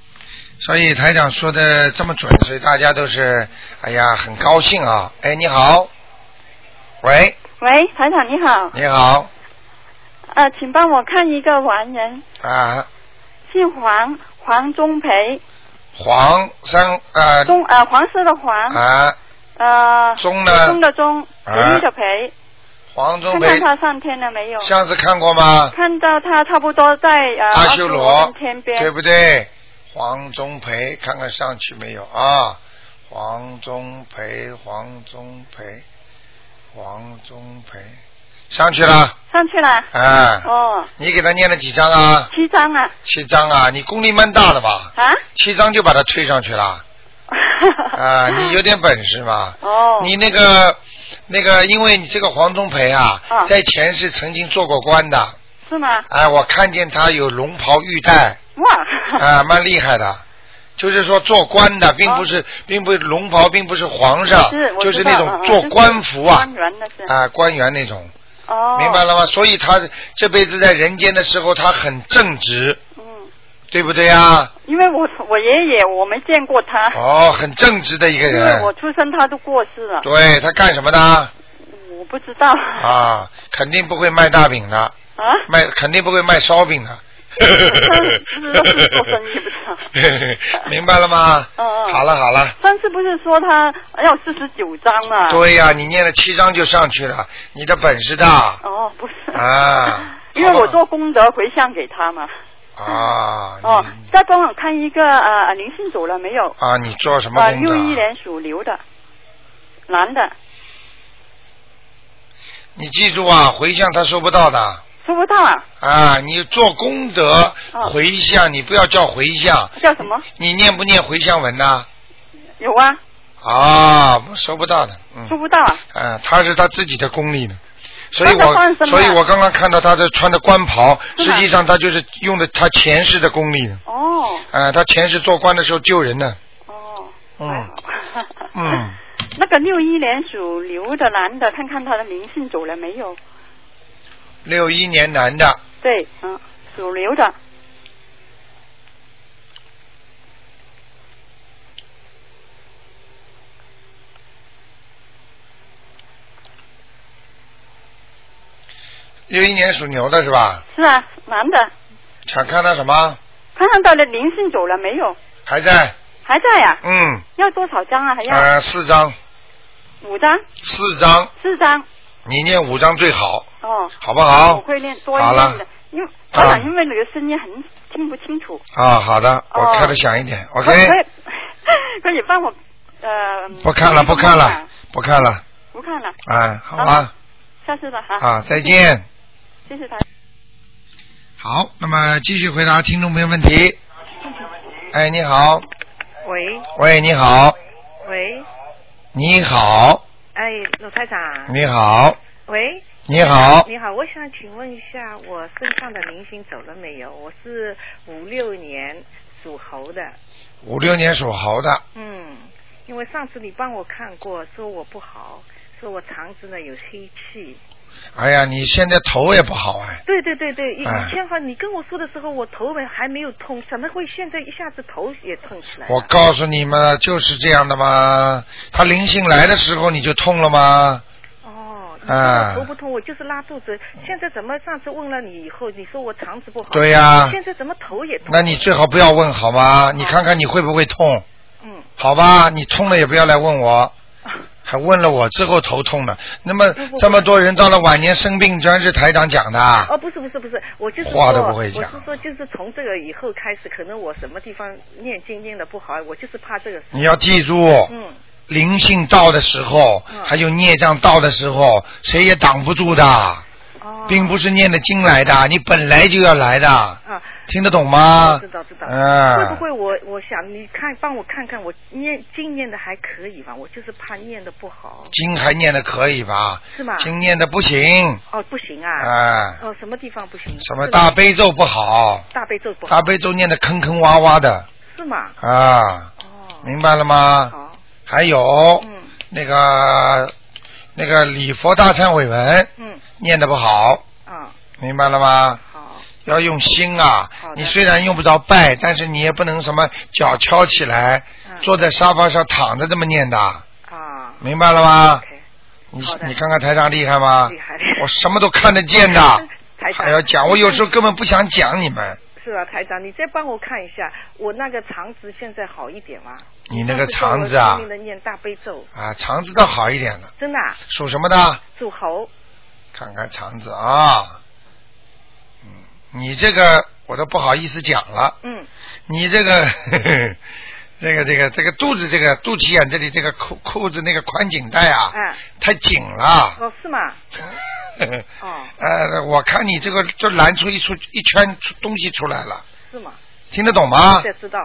所以台长说的这么准，所以大家都是，哎呀，很高兴啊！哎，你好，喂，喂，台长你好，你好呃，请帮我看一个亡人，啊，姓黄，黄忠培，黄三呃忠呃黄色的黄，啊，呃忠呢忠的忠，啊培育的培，黄宗看培看他上天了没有？上次看过吗？看到他差不多在呃阿啊修罗跟天边，对不？对？黄宗培，看看上去没有啊？黄宗培，黄宗培，黄宗培，上去了。上去了。啊哦，你给他念了几张啊？七张啊七张啊，你功力蛮大的吧？啊！七张就把他推上去了。啊，你有点本事嘛。 哦。你那个那个，因为你这个黄宗培啊，啊在前世曾经做过官的。是吗？哎，我看见他有龙袍玉带，哇！ 啊，蛮厉害的。就是说做官的，并不是，并不是龙袍，并不是皇上，是哦我知道就是那嗯种嗯做就是官服啊，官员的是啊，官员那种，哦，明白了吗？所以他这辈子在人间的时候，他很正直，嗯，对不对啊？因为我我爷爷我没见过他，哦，很正直的一个因为人，我出生他都过世了，对他干什么的？我不知道啊啊，肯定不会卖大饼的，卖肯定不会卖烧饼 的。 不知道是做生意不知道。明白了吗？嗯嗯好了好了，上次不是说他要四十九章啊？对呀、你念了七章就上去了，你的本事大哦，不是，啊因为我做功德回向给他嘛。啊哦，再帮我看一个呃，呃灵性走了没有？啊！你做什么啊，工六作？一年属牛的，男的，你记住啊，回向他收不到的收不到啊？啊！你做功德哦回向，你不要叫回向，叫什么？你念不念回向文呢？有啊，啊，收不到的，嗯。收不到啊。啊，他是他自己的功力呢。所以那他放我，生所以了我刚刚看到他的穿的官袍，是实吧际上他就是用的他前世的功力呢。哦， 啊，他前世做官的时候救人呢。哦。嗯嗯，那个六一年属牛的男的，看看他的灵性走了没有？六一年男的，对，嗯，属牛的，六一年属牛的是吧？是啊，男的，想看他什么？看看到的灵性走了没有？还在？还在呀、嗯，要多少张啊？还要、呃，四张，五张？四张，四张？你念五张最好，哦，好不好我会念多一好了点的，因为我啊想因为你的声音很听不清楚。 啊，好的，我哦看的响一点可，OK，可以可以帮我呃。不看了，不看了，，不看了，不看了，啊，好吧，下次吧哈。啊，再见。谢谢台长。好，那么继续回答听众朋友问题。哎，你好，喂喂，你好，喂，你好，哎，鲁台长，你好，喂，你好你好，我想请问一下，我身上的明星走了没有？我是五六年属猴的，五六年属猴的，嗯，因为上次你帮我看过，说我不好，说我肠子呢有黑气，哎呀，你现在头也不好哎，对对对对，以哎以前好像你跟我说的时候，我头没还没有痛，怎么会现在一下子头也痛起来了？啊我告诉你们就是这样的嘛，他灵性来的时候你就痛了吗？哦，以前啊我头不痛，我就是拉肚子。现在怎么上次问了你以后，你说我肠子不好？对呀现在怎么头也痛？那你最好不要问好吗？你看看你会不会痛？嗯。好吧，你痛了也不要来问我，还问了我之后头痛了。那么不不这么多人到了晚年生病，全是台长讲的啊。哦，不是不是不是，我就是话都说不会讲我是说，就是从这个以后开始，可能我什么地方念经念的不好，我就是怕这个事。你要记住嗯，灵性到的时候，还有孽障到的时候，谁也挡不住的，并不是念的经来的，你本来就要来的，啊听得懂吗我哦知？道知道。嗯会不会我我想你看帮我看看我念经念的还可以吧？我就是怕念的不好。经还念的可以吧？是吗经念的不行，哦，不行啊。哎哦，什么地方不行？什么大悲咒不好，大悲咒不好。大悲咒念的坑坑洼洼的是吗？啊，明白了哦吗？还有那个那个礼佛大忏悔文嗯念的不好，啊明白了吗？要用心啊！你虽然用不着拜，但是你也不能什么脚敲起来，坐在沙发上躺着这么念的。嗯啊。明白了吗？你你看看台长厉害吗？厉害。我什么都看得见 的，台长。还要讲，我有时候根本不想讲你们。是啊，台长，你再帮我看一下，我那个肠子现在好一点吗？你那 个肠子啊拼命的念大悲咒，啊，肠子倒好一点了。真的、啊。属什么的？属猴，看看肠子啊，嗯，你这个我都不好意思讲了。嗯，你这个， 呵呵这个这个这个肚子这个肚脐眼这里这个裤裤子那个宽紧带啊，哎，太紧了。哦，是吗？哦。 呃，我看你这个就拦出一出一圈出东西出来了，是吗？听得懂吗嗯这？知道，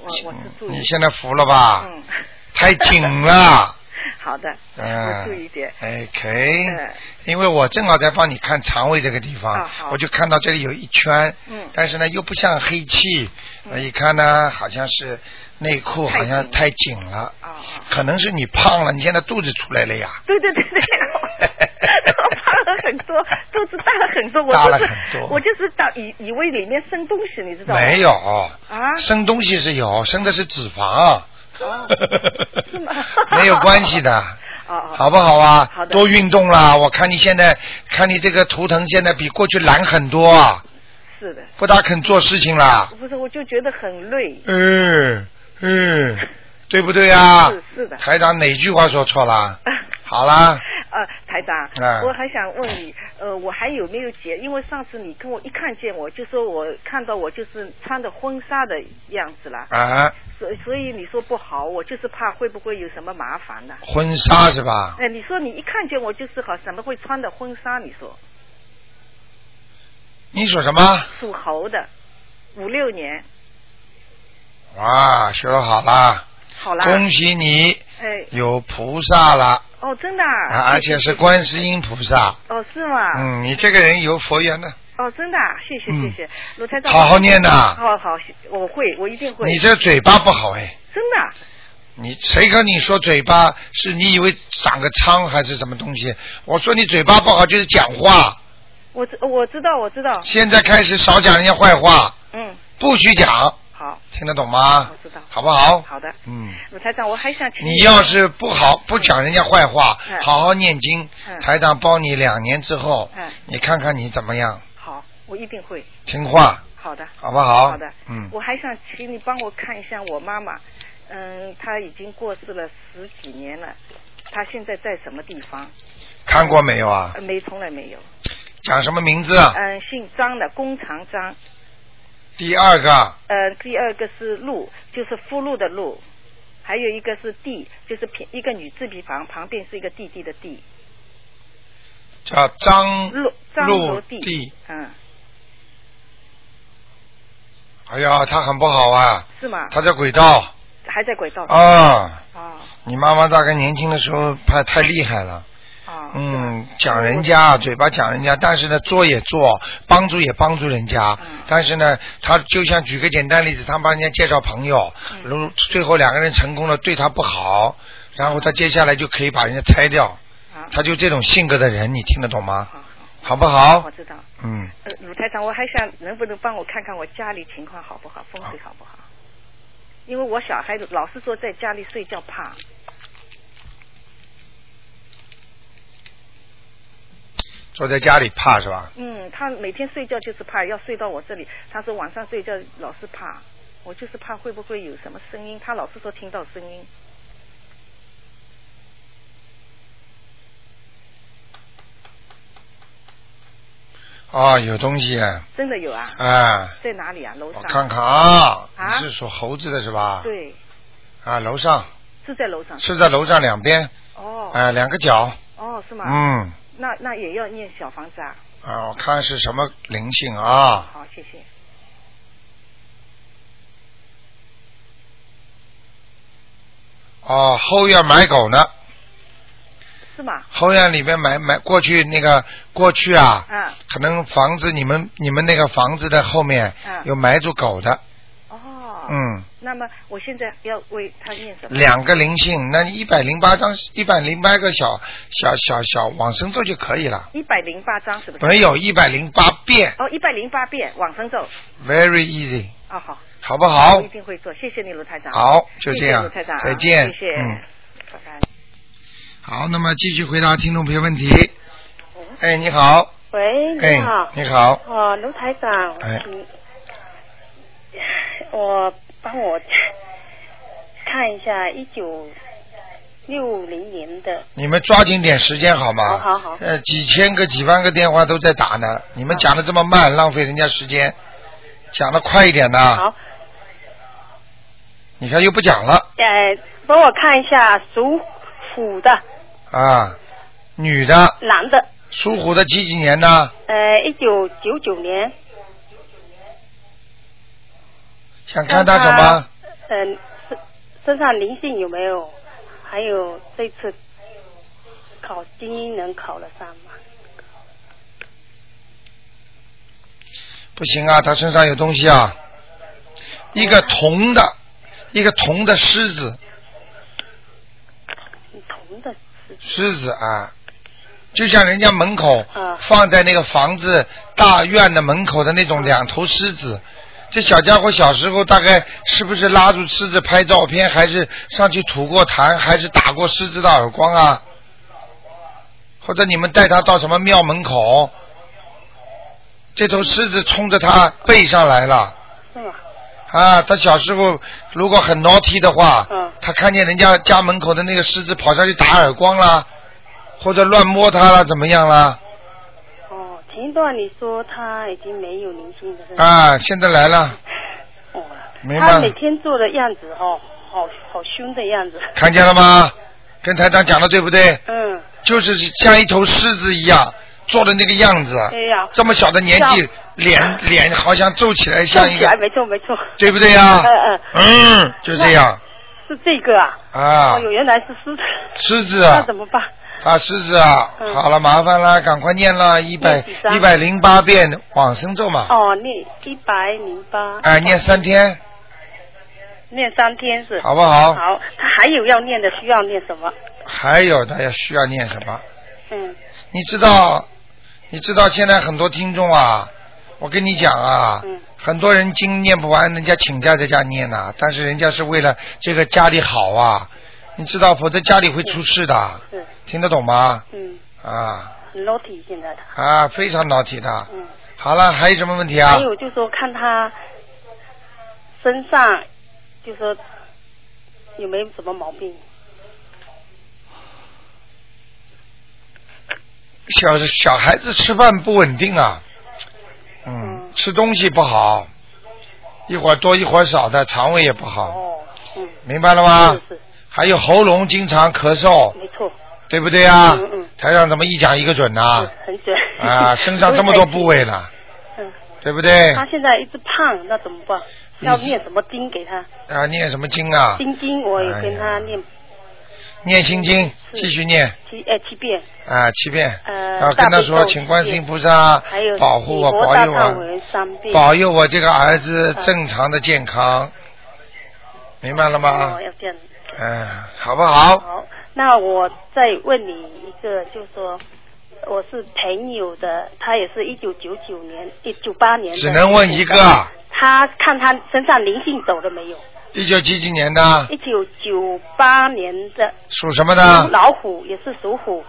我我是注意。你现在服了吧？嗯， 太紧了。好的，嗯我注意一点。 OK，、嗯因为我正好在帮你看肠胃这个地方，啊好我就看到这里有一圈，嗯但是呢又不像黑气，呃一看呢好像是内裤好像太紧了，哦可能是你胖了，你现在肚子出来了呀，对对对对，我我胖了很 多，肚子大了很多，我大了就是很多我就是到以以为里面生东西，你知道吗？没有，啊，生东西是有，生的是脂 肪，？哦是吗没有关系的。哦哦，好不好啊？好的多运动啦！我看你现在，看你这个图腾现在比过去懒很多啊，是的，不大肯做事情啦。不是，我就觉得很累。嗯嗯，对不对啊？是是的。台长哪句话说错 啦？好啦，呃，台长，哎我还想问你，呃，我还有没有结？因为上次你跟我一看见我就说我看到我就是穿的婚纱的样子啦，啊，所所以你说不好，我就是怕会不会有什么麻烦呢？婚纱是吧？哎，你说你一看见我就是好什么会穿的婚纱，你说你说什么？属猴的，五六年，哇，啊学得好啦！好啦，恭喜你哎，有菩萨了，哦，真的啊啊，而且是观世音菩萨。哦，是吗？嗯，你这个人有佛缘的。哦，真的啊，谢谢嗯谢谢，卢台长，好好念呐好好，我会，我一定会。你这嘴巴不好哎，真的啊你谁跟你说嘴巴是你以为长个疮还是什么东西？我说你嘴巴不好就是讲话，我知我知道我知道。现在开始少讲人家坏话，嗯，不许讲，好，听得懂吗？哦我知道。好不好好的，嗯，鲁台长，我还想请你要是不好不讲人家坏话嗯，好好念经，嗯台长包你两年之后嗯，你看看你怎么样，好，我一定会听话，好的，好不好好的，嗯我还想请你帮我看一下我妈妈，嗯，她已经过世了十几年了，她现在在什么地方？看过没有啊呃？没，从来没有。讲什么名字啊？嗯，姓张的，弓长张。第二个呃，第二个是路，就是福禄的路，还有一个是地，就是平一个女字旁旁旁边是一个弟弟的弟，叫张陆张陆陆地，嗯，哎呀，他很不好啊，是吗？他在轨道还在轨道上啊。啊你妈妈大概年轻的时候太太厉害了。啊嗯，讲人家嘴巴讲人家，但是呢做也做，帮助也帮助人家。嗯但是呢，他就像举个简单例子，他帮人家介绍朋友，嗯如、最后两个人成功了，对他不好，然后他接下来就可以把人家拆掉。啊他就这种性格的人，你听得懂吗？好不好哦我？知道。嗯，呃，鲁台长，我还想能不能帮我看看我家里情况好不好，风水好不好？因为我小孩子老是说在家里睡觉怕，坐在家里怕是吧？嗯，他每天睡觉就是怕，要睡到我这里。他说晚上睡觉老是怕，我就是怕会不会有什么声音。他老是说听到声音，啊、有东西啊，真的有啊？哎在哪里啊？楼上。我看看啊，啊你是属猴子的是吧？对，啊，楼上是在楼上。是在楼上两边，哦。哎、两个角。哦，是吗？嗯。那那也要念小房子啊？啊，我看是什么灵性啊？好，谢谢。哦，后院买狗呢，是吗？后院里边买买过去那个过去啊，嗯。可能房子你们你们那个房子的后面嗯有埋住狗的，哦。嗯。那么我现在要为他念什么？两个灵性，那一百零八张一百零八个小小小小往生咒就可以了，一百零八章是不是？没有一百零八遍哦，一百零八遍往生咒。 ，very easy，哦，好。好不好我一？定会做，谢谢你，卢台长。好，就这谢谢样卢台长，啊，再见，谢谢。嗯。好，那么继续回答听众朋友问题。哎，你好，喂，你哎好，，你好，哦，卢台长，哎嗯我帮我看一下一九六零年的，你们抓紧点时间好吗？好好好呃，几千个、几万个电话都在打呢，你们讲的这么慢，浪费人家时间。讲的快一点呐！好，你看又不讲了呃，帮我看一下属虎的啊。女的，男的，属虎的几几年呢？呃，一九九九年，想看她什么？嗯、身身上灵性有没有？还有这次考精英能考得上吗？不行啊，她身上有东西啊。一个铜的，一个铜的狮子，铜的，狮子啊，就像人家门口嗯放在那个房子大院的门口的那种两头狮子。这小家伙小时候大概是不是拉住狮子拍照片，还是上去吐过痰，还是打过狮子的耳光啊？或者你们带他到什么庙门口，这头狮子冲着他背上来了。是吗？啊，他小时候如果很 naughty 的话，嗯他看见人家家门口的那个狮子跑上去打耳光啦，或者乱摸他啦，怎么样啦？哦，前一段你说他已经没有灵性了，是吧？啊，现在来了，明白嗯哦他了每，天做的样子哦，好好凶的样子。看见了？ 吗？跟台长讲的对不对？嗯，就是像一头狮子一样做的那个样子，啊对哎呀、这么小的年纪，脸脸好像皱起来，像一个看起来，没错没错，对不对呀嗯 嗯，嗯，就这样是这个啊。啊哦，，有原来是狮子。狮子那啊，怎么办？啊，狮子啊，嗯好了，麻烦了，赶快念了一百念几张一百零八遍往生咒嘛，哦，念一百零八。啊哎、念三天，念三天是。好不好好，他还有要念的，需要念什么？还有大家需要念什么？嗯，你知道，你知道现在很多听众啊，我跟你讲啊，嗯很多人经念不完，人家请假在家念呐、但是人家是为了这个家里好啊，你知道，否则家里会出事的，是，听得懂吗？嗯，啊很 naughty 现在的。啊，非常naughty 的。嗯好了，还有什么问题啊还？有就说看他身上，就说有没有什么毛病？小小孩子吃饭不稳定啊，嗯，吃东西不好，一会儿多一会儿少的，肠胃也不好，哦嗯明白了吗？还有喉咙经常咳嗽，没错，嗯对不对啊？台上怎么一讲一个准呐、很准。啊？身上这么多部位呢， 嗯，对不对？他现在一直胖，那怎么办？你要念什么经给他？啊，念什么经啊？心经我也跟他念念心经，继续念七哎七遍，啊，七遍。呃，要跟大他悲说，咒请七观世遍音菩萨还有啊保护我，礼佛保大佑啊忏我悔，文三遍，保佑我这个儿子嗯正常的健康，明白了吗哦，？要这样。嗯，好不好？那我再问你一个，就说我是朋友的，他也是一九九九年、一九八年的。只能问一个。他看他身上灵性走了没有？一九几几年的，一九九八年的啊属什么的？老虎也是属虎。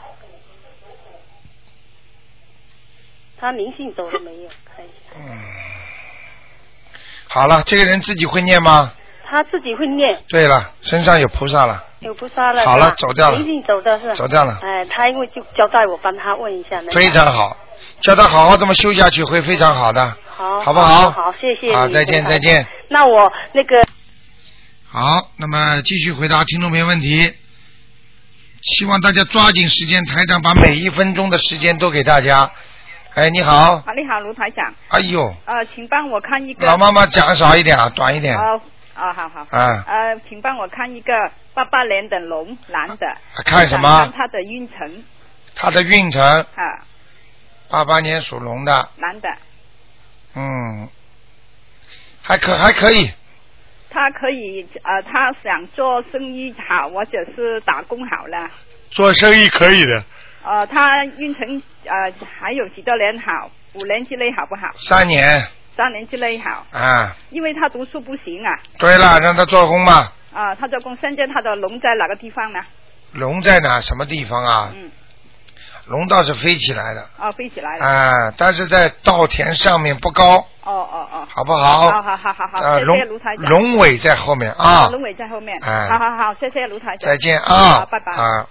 他灵性走了没有？看一下好了，这个人自己会念吗？他自己会念，对了，身上有菩萨了，有菩萨了。好了是吧走掉了灵性走的是吧。走掉了哎，他因为就交代我帮他问一下。能非常。好，叫他好好这么修下去会非常好的。好，好不好好？好，谢谢你。好再见台长再见。那我那个好，那么继续回答听众朋友问题。希望大家抓紧时间，台长把每一分钟的时间都给大家。哎，你好，啊，你好，卢台长。哎呦，呃，请帮我看一个。老妈妈讲少一点啊，短一点。哦，哦，好好。啊呃，请帮我看一个八八年的龙，男的。啊看什么想看他的运程她的运程，啊，八八年属龙的，男的，嗯，还可还可以，他可以呃，他想做生意好，或者是打工好了。做生意可以的，呃，他运程呃还有几多年好？五年之内好不好？三年三年之内好，啊。因为他读书不行啊。对了，让他做工嘛，啊、他做工，现在他的龙在哪个地方呢？龙在哪什么地方啊？嗯。龙倒是飞起来的啊、飞起来了。啊，但是在稻田上面不高，哦哦哦，好不好好好好好好，呃谢龙谢卢台长。哦龙尾在后面啊龙尾在后面。哎好好好，谢谢卢台长。再见啊好，拜拜。啊。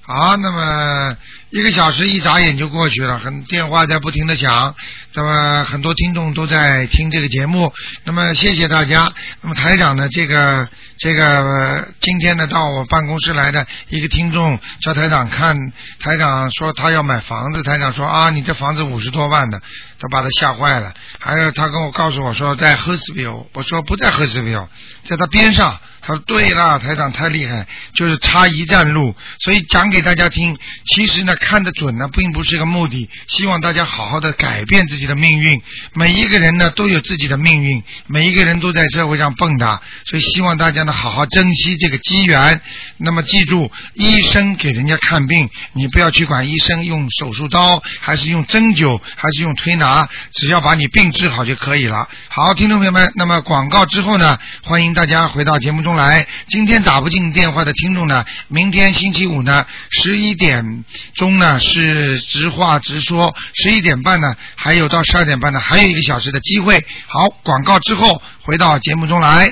好，那么一个小时一眨眼就过去了，很电话在不停的响，那么很多听众都在听这个节目，那么谢谢大家。那么台长呢，这个这个、呃今天呢到我办公室来的一个听众叫台长看，台长说他要买房子，台长说啊你这房子五十多万的，他把他吓坏了。还有他跟我告诉我说在 h e r s v i l l 我说不在 h e r s v i l l 在他边上。他说对了，台长太厉害，就是差一站路，所以讲给大家听。其实呢，看得准呢，并不是个目的，希望大家好好的改变自己的命运。每一个人呢，都有自己的命运，每一个人都在社会上蹦跶，所以希望大家呢，好好珍惜这个机缘。那么记住，医生给人家看病，你不要去管医生用手术刀，还是用针灸，还是用推拿，只要把你病治好就可以了。好，听众朋友们，那么广告之后呢，欢迎大家回到节目中来。今天打不进电话的听众呢，明天星期五呢，十一点钟呢是直话直说，十一点半呢还有到十二点半呢还有一个小时的机会。好，广告之后回到节目中来。